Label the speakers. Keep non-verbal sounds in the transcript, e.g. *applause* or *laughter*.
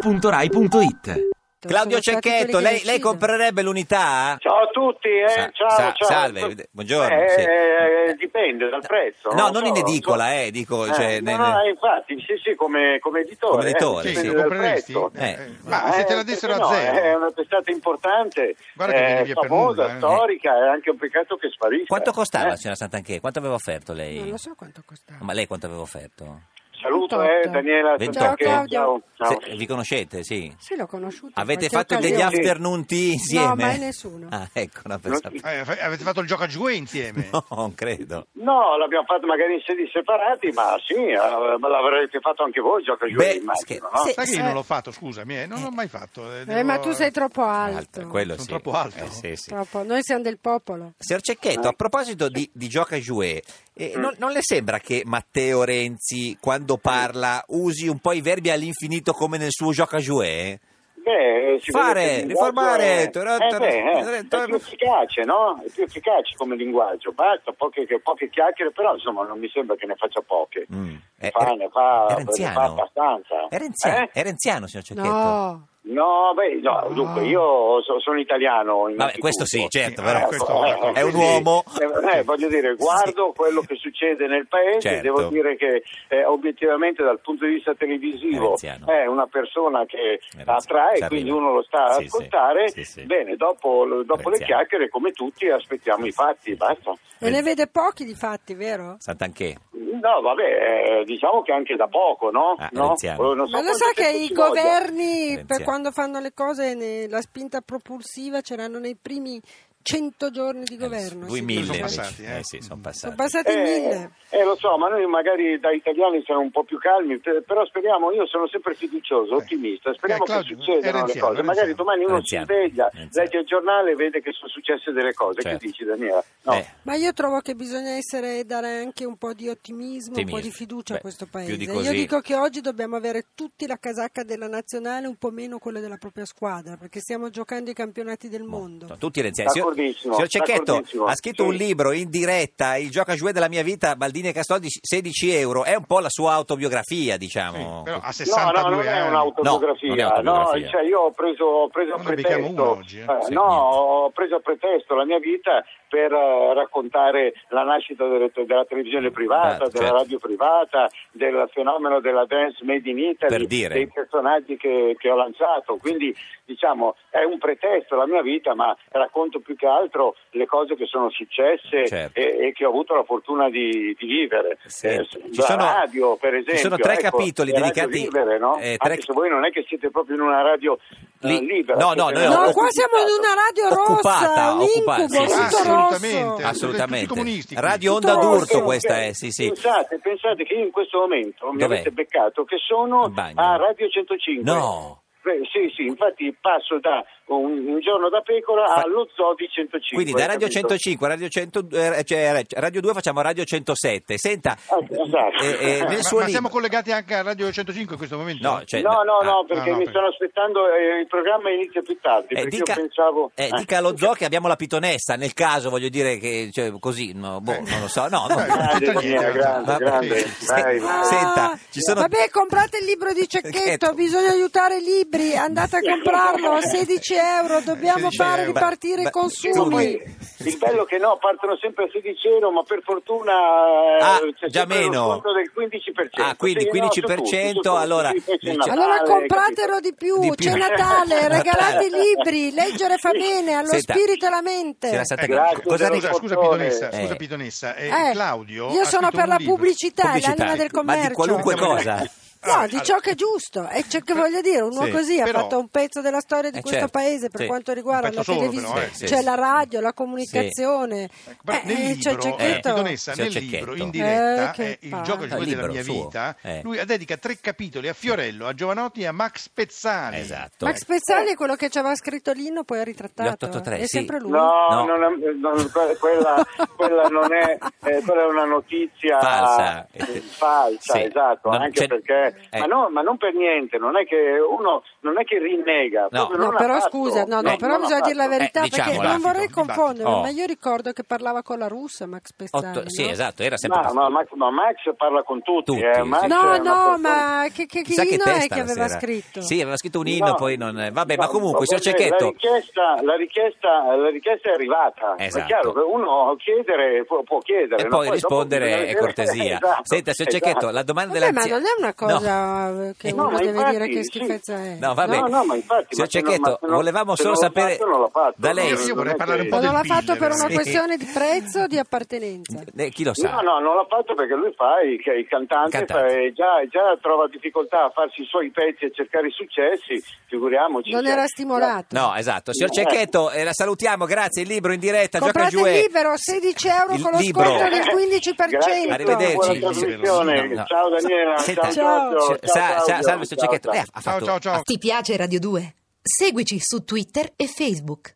Speaker 1: radio2pod.rai.it
Speaker 2: Claudio Cecchetto, lei, lei comprerebbe l'unità?
Speaker 3: Ciao a tutti, eh?
Speaker 2: Sa-
Speaker 3: ciao,
Speaker 2: sa-
Speaker 3: ciao.
Speaker 2: salve, buongiorno,
Speaker 3: Eh,
Speaker 2: sì.
Speaker 3: eh, dipende dal prezzo.
Speaker 2: No, non in
Speaker 3: so,
Speaker 2: edicola,
Speaker 3: so-
Speaker 2: eh, dico,
Speaker 3: Eh,
Speaker 2: cioè,
Speaker 3: no,
Speaker 2: nel-
Speaker 3: no, infatti, sì, sì, come, come editore.
Speaker 2: Come editore,
Speaker 3: eh,
Speaker 2: sì.
Speaker 3: dipende dal
Speaker 4: Compreresti?
Speaker 3: prezzo.
Speaker 2: Eh.
Speaker 4: Ma se
Speaker 3: Eh,
Speaker 4: te la dessero
Speaker 3: perché
Speaker 4: a
Speaker 3: no, È
Speaker 5: eh,
Speaker 4: zero?
Speaker 3: una testata importante,
Speaker 4: Guarda che
Speaker 3: eh,
Speaker 4: viene via per
Speaker 3: famosa,
Speaker 4: nulla, eh.
Speaker 3: storica, è anche un peccato che sparisca.
Speaker 2: Quanto costava,
Speaker 3: Eh,
Speaker 2: signora Sant'Anché? Quanto aveva offerto lei?
Speaker 5: Non lo so quanto costava.
Speaker 2: Ma lei quanto aveva offerto?
Speaker 3: Saluto, eh,
Speaker 5: 28.
Speaker 3: Daniela.
Speaker 5: Ciao,
Speaker 3: Sant'Anche.
Speaker 5: Claudio.
Speaker 3: Ciao, ciao.
Speaker 2: Se- vi conoscete, sì.
Speaker 5: Sì, l'ho conosciuto. in
Speaker 2: Avete
Speaker 5: qualche
Speaker 2: fatto degli
Speaker 5: occasione.
Speaker 2: afternoon tea insieme?
Speaker 5: No, mai nessuno.
Speaker 2: Ah, ecco, una persona...
Speaker 4: Eh, fa- avete fatto il gioco a giù
Speaker 2: *laughs*
Speaker 4: insieme?
Speaker 2: No, non credo.
Speaker 3: No, l'abbiamo fatto magari in sedi separati, ma sì, eh, ma l'avrete fatto anche voi, gioca giù,
Speaker 2: Beh,
Speaker 3: immagino,
Speaker 2: scher-
Speaker 3: no?
Speaker 2: sì.
Speaker 4: Sai che io
Speaker 5: Eh.
Speaker 4: non l'ho fatto, scusami, eh, non l'ho mai fatto. eh,
Speaker 5: Eh,
Speaker 4: devo-
Speaker 5: ma tu sei troppo alto.
Speaker 2: Alto, quello
Speaker 4: Sono
Speaker 2: sì.
Speaker 4: troppo alto.
Speaker 2: Eh, sì, sì.
Speaker 5: Troppo. Noi siamo del popolo.
Speaker 2: Signor Cecchetto, a proposito di, di gioca joué, eh, non, non le sembra che Matteo Renzi, quando parla, usi un po' i verbi all'infinito come nel suo gioca joué?
Speaker 3: Beh, eh, si
Speaker 2: Fare,
Speaker 3: vede che il
Speaker 2: riformare,
Speaker 3: linguaggio
Speaker 2: tor-
Speaker 3: è- eh,
Speaker 2: tor-
Speaker 3: beh, eh,
Speaker 2: tor-
Speaker 3: è più efficace, no? È più efficace come linguaggio, basta, poche, che- poche chiacchiere, però insomma non mi sembra che ne faccia poche.
Speaker 2: Mm.
Speaker 3: Ne
Speaker 2: Eh,
Speaker 3: fa,
Speaker 2: era-
Speaker 3: ne fa,
Speaker 2: è
Speaker 3: ne
Speaker 2: renziano?
Speaker 3: fa abbastanza.
Speaker 2: È renziano,
Speaker 3: Eh?
Speaker 2: è renziano, signor Cecchetto?
Speaker 5: No.
Speaker 3: No, beh, no,
Speaker 5: No.
Speaker 3: dunque, io so- sono italiano
Speaker 2: Ah. Vabbè, questo sì,
Speaker 3: innanzitutto.
Speaker 2: certo,
Speaker 4: Sì,
Speaker 2: però
Speaker 4: eh, questo-
Speaker 3: ecco,
Speaker 2: è un
Speaker 3: quindi,
Speaker 2: uomo.
Speaker 3: eh, eh, voglio dire, guardo quello che succede nel paese,
Speaker 2: Certo.
Speaker 3: devo dire che eh, obiettivamente dal punto di vista
Speaker 2: È
Speaker 3: televisivo
Speaker 2: renziano.
Speaker 3: è una persona che
Speaker 2: renziano, ci
Speaker 3: attrae,
Speaker 2: arriva.
Speaker 3: quindi uno lo sta a
Speaker 2: Sì, sì,
Speaker 3: ascoltare.
Speaker 2: sì, sì.
Speaker 3: Bene, dopo, dopo le
Speaker 2: Renziano.
Speaker 3: chiacchiere, come tutti, aspettiamo i fatti, basta.
Speaker 5: E ne vede pochi di fatti, vero?
Speaker 2: Sant'Anché.
Speaker 3: No, vabbè, eh, diciamo che anche da poco, no?
Speaker 2: Ah,
Speaker 3: No?
Speaker 2: renziano.
Speaker 3: Eh, non so
Speaker 5: Ma lo
Speaker 3: quanto
Speaker 5: sa che
Speaker 3: tempo
Speaker 5: i
Speaker 3: ci voglia.
Speaker 5: governi, per
Speaker 2: Renziano.
Speaker 5: quando fanno le cose, ne- la spinta propulsiva ce l'hanno nei primi 100 giorni
Speaker 2: Eh,
Speaker 5: di governo.
Speaker 2: Lui
Speaker 5: sì.
Speaker 2: mille.
Speaker 4: sono
Speaker 2: invece.
Speaker 4: passati, eh.
Speaker 2: Eh sì, sono passati.
Speaker 5: Sono passati mille.
Speaker 3: Eh, eh, lo so, ma noi magari da italiani siamo un po' più calmi, per- però speriamo, io sono sempre fiducioso, ottimista, speriamo
Speaker 4: Eh, Claudio,
Speaker 3: che succedano
Speaker 4: è
Speaker 3: le
Speaker 4: renziano,
Speaker 3: cose,
Speaker 4: è
Speaker 3: magari
Speaker 4: renziano.
Speaker 3: domani uno
Speaker 2: Renziano,
Speaker 3: si sveglia,
Speaker 2: renziano.
Speaker 3: legge il giornale e vede che sono successe delle cose,
Speaker 2: Certo.
Speaker 3: che dici Daniela? No.
Speaker 2: Eh,
Speaker 5: Ma io trovo che bisogna essere, dare anche un po' di ottimismo, un po'
Speaker 2: Ottimismo.
Speaker 5: di fiducia
Speaker 2: Beh,
Speaker 5: a questo
Speaker 2: più
Speaker 5: paese.
Speaker 2: di
Speaker 5: Io
Speaker 2: così.
Speaker 5: dico che oggi dobbiamo avere tutti la casacca della nazionale, un po' meno quella della propria squadra, perché stiamo giocando i campionati del mondo.
Speaker 2: no, tutti renziani. Signor,
Speaker 3: D'accordissimo,
Speaker 2: signor Cecchetto
Speaker 3: d'accordissimo,
Speaker 2: ha scritto
Speaker 3: sì.
Speaker 2: un libro in diretta, Il gioca joué della mia vita, Baldini e Castoldi, 16 euro. È un po' la sua autobiografia,
Speaker 4: Sì,
Speaker 2: diciamo.
Speaker 4: però a
Speaker 3: No,
Speaker 4: 62
Speaker 3: no, non
Speaker 2: No, non
Speaker 3: è
Speaker 4: anni.
Speaker 2: è
Speaker 3: un'autobiografia, no,
Speaker 2: autobiografia.
Speaker 3: cioè io ho preso, ho preso a
Speaker 4: Non ne becchiamo
Speaker 3: pretesto,
Speaker 4: uno oggi, eh.
Speaker 3: eh,
Speaker 2: Sì,
Speaker 3: no,
Speaker 2: niente.
Speaker 3: ho preso a pretesto la mia vita per eh, raccontare la nascita delle- della televisione privata,
Speaker 2: Certo,
Speaker 3: della
Speaker 2: certo.
Speaker 3: radio privata, del fenomeno della dance made in Italy,
Speaker 2: Per dire.
Speaker 3: dei personaggi che, che ho lanciato, quindi diciamo è un pretesto la mia vita, ma racconto più che altro le cose che sono successe
Speaker 2: Certo.
Speaker 3: e, e che ho avuto la fortuna di, di vivere. Eh,
Speaker 2: Senti,
Speaker 3: la radio, per esempio,
Speaker 2: ci sono tre
Speaker 3: ecco,
Speaker 2: capitoli
Speaker 3: la radio
Speaker 2: dedicati
Speaker 3: libere, no?
Speaker 2: eh, tre-
Speaker 3: Anche se voi non è che siete proprio in una radio eh,
Speaker 2: Li-
Speaker 3: libera.
Speaker 2: no, no,
Speaker 3: siete
Speaker 2: noi
Speaker 3: una
Speaker 2: ho-
Speaker 5: No,
Speaker 3: radio
Speaker 2: ho-
Speaker 5: qua siamo in una radio
Speaker 2: Occupata,
Speaker 5: rossa, un
Speaker 2: occupata,
Speaker 5: incubo,
Speaker 2: sì, sì,
Speaker 5: tutto
Speaker 2: sì.
Speaker 4: Assolutamente.
Speaker 5: rosso.
Speaker 2: assolutamente.
Speaker 4: Tutti comunisti, quindi.
Speaker 2: Radio
Speaker 5: Tutto
Speaker 2: Onda
Speaker 5: rosso.
Speaker 2: d'Urto
Speaker 3: Eh, Ok,
Speaker 2: questa
Speaker 3: ok.
Speaker 2: è, sì, sì.
Speaker 3: Pensate, pensate che io in questo momento mi
Speaker 2: Dov'è?
Speaker 3: avete beccato che sono
Speaker 2: In bagno.
Speaker 3: a Radio 105.
Speaker 2: No.
Speaker 3: Beh, sì, sì, infatti passo da un, un giorno da pecora
Speaker 2: Fa-
Speaker 3: allo zoo di 105.
Speaker 2: Quindi da Radio
Speaker 3: capito?
Speaker 2: 105 a Radio, 100, eh, cioè, Radio 2 facciamo Radio 107. Senta,
Speaker 3: Ah, esatto.
Speaker 2: eh, eh,
Speaker 4: Ma,
Speaker 2: nel suo
Speaker 4: ma
Speaker 2: libro...
Speaker 4: siamo collegati anche a Radio 105 in questo momento?
Speaker 2: No,
Speaker 5: Eh,
Speaker 2: cioè-
Speaker 3: No, no, no,
Speaker 2: ah,
Speaker 3: perché
Speaker 4: no, no,
Speaker 3: mi
Speaker 4: perché-
Speaker 3: stanno aspettando, eh, il programma inizia più tardi,
Speaker 2: eh,
Speaker 3: perché
Speaker 2: dica,
Speaker 3: io pensavo... Ah.
Speaker 2: eh, dica allo zoo che abbiamo la pitonessa, nel caso voglio dire che cioè, così, no,
Speaker 4: Eh.
Speaker 2: boh, non lo so. No, no.
Speaker 4: Grande,
Speaker 3: Grande,
Speaker 4: Daniela,
Speaker 3: grande,
Speaker 2: Vabbè.
Speaker 3: grande.
Speaker 2: Se-
Speaker 3: Vai, vai.
Speaker 2: Ah,
Speaker 3: Ah.
Speaker 2: Senta, ci sono...
Speaker 5: Vabbè, comprate il libro di
Speaker 2: Cecchetto.
Speaker 5: Cecchetto, bisogna aiutare i libri, andate a comprarlo
Speaker 2: *laughs*
Speaker 5: a 16 euro, dobbiamo
Speaker 4: 16
Speaker 5: fare
Speaker 4: euro.
Speaker 5: ripartire
Speaker 2: Beh,
Speaker 5: i
Speaker 3: Sì,
Speaker 5: consumi.
Speaker 3: poi il bello è che no, partono sempre a 16 euro, ma per fortuna eh,
Speaker 2: Ah,
Speaker 3: c'è
Speaker 2: già
Speaker 3: sempre
Speaker 2: meno.
Speaker 3: uno sconto del 15%.
Speaker 2: Ah, quindi
Speaker 3: Sì, no,
Speaker 2: 15%,
Speaker 3: su tutti, su tutti,
Speaker 2: allora,
Speaker 3: sì, eh, poi c'è
Speaker 2: dice-
Speaker 3: Natale,
Speaker 5: Allora compratelo di più,
Speaker 2: Di più.
Speaker 5: c'è
Speaker 2: *laughs*
Speaker 5: Natale, regalate i libri, leggere fa bene allo
Speaker 2: Senta,
Speaker 5: spirito e alla mente.
Speaker 2: signora Santa-
Speaker 4: Ecco,
Speaker 3: grazie,
Speaker 2: cosa
Speaker 3: Gianluca.
Speaker 2: dice?
Speaker 4: Scusa, scusa
Speaker 3: portone.
Speaker 4: Pitonessa,
Speaker 2: Eh.
Speaker 4: scusa Pitonessa, eh,
Speaker 5: Eh,
Speaker 4: Claudio
Speaker 5: io
Speaker 4: ha
Speaker 5: sono
Speaker 4: scritto
Speaker 5: per
Speaker 4: un
Speaker 5: la
Speaker 4: libro.
Speaker 5: pubblicità,
Speaker 2: Pubblicità,
Speaker 5: è l'anima del
Speaker 2: ma di
Speaker 5: commercio.
Speaker 2: qualunque
Speaker 4: Siamo- Ah,
Speaker 2: cosa.
Speaker 5: No, di ciò che è giusto, e c'è che voglio dire, uno
Speaker 4: Sì,
Speaker 5: così
Speaker 4: però-
Speaker 5: ha fatto un pezzo della storia di
Speaker 2: Eh,
Speaker 5: questo
Speaker 2: certo,
Speaker 5: paese per
Speaker 2: sì.
Speaker 5: quanto riguarda
Speaker 4: Un
Speaker 5: la
Speaker 4: pezzo solo,
Speaker 5: televisione,
Speaker 4: però, eh.
Speaker 2: Sì,
Speaker 5: c'è
Speaker 2: sì.
Speaker 5: la radio, la comunicazione.
Speaker 4: Ecco, però
Speaker 5: Eh, eh,
Speaker 4: nel
Speaker 5: c'è il
Speaker 4: libro, eh,
Speaker 5: cecchetto.
Speaker 4: Pitonessa,
Speaker 2: C'è il
Speaker 4: nel
Speaker 2: cecchetto.
Speaker 4: libro, in diretta,
Speaker 5: Eh, che
Speaker 4: eh, il
Speaker 5: palle.
Speaker 4: gioco e il
Speaker 2: No,
Speaker 4: gioco della
Speaker 2: libro
Speaker 4: mia
Speaker 2: suo,
Speaker 4: vita,
Speaker 2: eh.
Speaker 4: lui dedica tre capitoli a Fiorello, a Giovanotti e a Max Pezzani.
Speaker 2: Esatto.
Speaker 5: Max Pezzali è quello che ci aveva scritto Lino, poi ha ritrattato.
Speaker 2: 883,
Speaker 5: è
Speaker 2: sì.
Speaker 5: sempre lui.
Speaker 3: No,
Speaker 2: No.
Speaker 3: non è- non- que-
Speaker 2: *laughs*
Speaker 3: quella, quella non è, eh, quella è una notizia
Speaker 2: Falsa.
Speaker 3: eh, falsa,
Speaker 2: Sì.
Speaker 3: esatto,
Speaker 2: Non-
Speaker 3: anche
Speaker 2: c'è-
Speaker 3: perché cioè,
Speaker 2: Eh.
Speaker 3: ma, no, ma non per niente, non è che uno non è che rinnega.
Speaker 2: No.
Speaker 3: proprio
Speaker 5: No,
Speaker 3: non ha
Speaker 5: però
Speaker 3: fatto.
Speaker 5: scusa, no, no,
Speaker 2: Eh,
Speaker 5: però
Speaker 3: Non ha
Speaker 5: bisogna dire la
Speaker 3: fatto.
Speaker 5: verità
Speaker 2: Eh,
Speaker 5: perché
Speaker 2: diciamola,
Speaker 5: non vorrei
Speaker 4: dibattito.
Speaker 5: confondere,
Speaker 2: Oh.
Speaker 5: ma io ricordo che parlava con la russa Max Pezzani.
Speaker 2: Otto- Sì,
Speaker 5: no?
Speaker 2: esatto, era sempre...
Speaker 3: Ma, ma- ma- ma Max parla con tutti,
Speaker 2: Tutti,
Speaker 3: eh,
Speaker 2: sì.
Speaker 3: Max
Speaker 5: Ah, No,
Speaker 3: è una
Speaker 5: no,
Speaker 3: persona-
Speaker 5: ma che, che, che
Speaker 2: Chissà
Speaker 5: inno è
Speaker 2: testa
Speaker 5: che aveva
Speaker 2: sera.
Speaker 5: scritto?
Speaker 2: Sì, aveva scritto un inno,
Speaker 3: No.
Speaker 2: poi non... Vabbè, ma
Speaker 3: No,
Speaker 2: comunque,
Speaker 3: no,
Speaker 2: signor
Speaker 3: guarda, La
Speaker 2: Cecchetto...
Speaker 3: richiesta, la, richiesta, la richiesta è arrivata.
Speaker 2: Esatto.
Speaker 3: È chiaro che uno chiedere, può, può chiedere.
Speaker 2: E poi
Speaker 3: no? dopo bisogna
Speaker 2: rispondere è
Speaker 3: vedere-
Speaker 2: cortesia.
Speaker 3: *laughs* Esatto,
Speaker 2: Senta, signor
Speaker 3: esatto.
Speaker 2: Cecchetto, la domanda
Speaker 5: Vabbè, ma
Speaker 2: dell'anziano...
Speaker 5: Eh non è una cosa che
Speaker 3: No,
Speaker 5: uno
Speaker 3: ma
Speaker 5: deve
Speaker 3: infatti,
Speaker 5: dire che
Speaker 3: sì.
Speaker 5: schifezza è.
Speaker 2: No, va bene.
Speaker 3: No, no, ma infatti,
Speaker 2: Signor
Speaker 3: ma se non-
Speaker 2: Cecchetto,
Speaker 3: ma se non-
Speaker 2: volevamo
Speaker 3: se
Speaker 2: solo
Speaker 3: non l'ho
Speaker 2: sapere
Speaker 3: fatto, non l'ho fatto.
Speaker 2: da lei.
Speaker 3: Non è
Speaker 4: Io vorrei
Speaker 3: che-
Speaker 4: parlare un po'
Speaker 5: Ma non
Speaker 4: del
Speaker 5: l'ha fatto
Speaker 4: Piller,
Speaker 5: per una
Speaker 2: sì.
Speaker 5: questione di prezzo o di appartenenza?
Speaker 2: Eh, chi lo sa?
Speaker 3: No, no, non l'ha fatto perché lui fa il, il cantante,
Speaker 2: Cantante.
Speaker 3: fa- e già, già trova difficoltà a farsi i suoi pezzi e cercare i successi, figuriamoci.
Speaker 5: Non
Speaker 3: cioè,
Speaker 5: era stimolato.
Speaker 2: No, esatto. Signor
Speaker 3: Eh.
Speaker 2: Cecchetto, eh, la salutiamo, grazie. Il libro in diretta,
Speaker 5: Comprate
Speaker 2: Gioca
Speaker 5: il
Speaker 2: Giuè.
Speaker 5: libro, 16 euro
Speaker 2: Il
Speaker 5: con lo
Speaker 2: libro.
Speaker 5: sconto del
Speaker 3: Grazie,
Speaker 5: 15%.
Speaker 2: Arrivederci.
Speaker 3: buona trasmissione.
Speaker 2: No, no.
Speaker 3: Ciao Daniela,
Speaker 2: Senta,
Speaker 5: Ciao.
Speaker 3: ciao Giorgio,
Speaker 2: sa- sa-
Speaker 3: Claudio,
Speaker 2: salve, signor
Speaker 3: ciao,
Speaker 4: 啊
Speaker 2: Cecchetto. Eh,
Speaker 3: ciao.
Speaker 2: Lei ha- ha
Speaker 4: Ciao,
Speaker 2: fatto-
Speaker 4: ciao, ciao.
Speaker 1: Ti piace Radio 2? Seguici su Twitter e Facebook.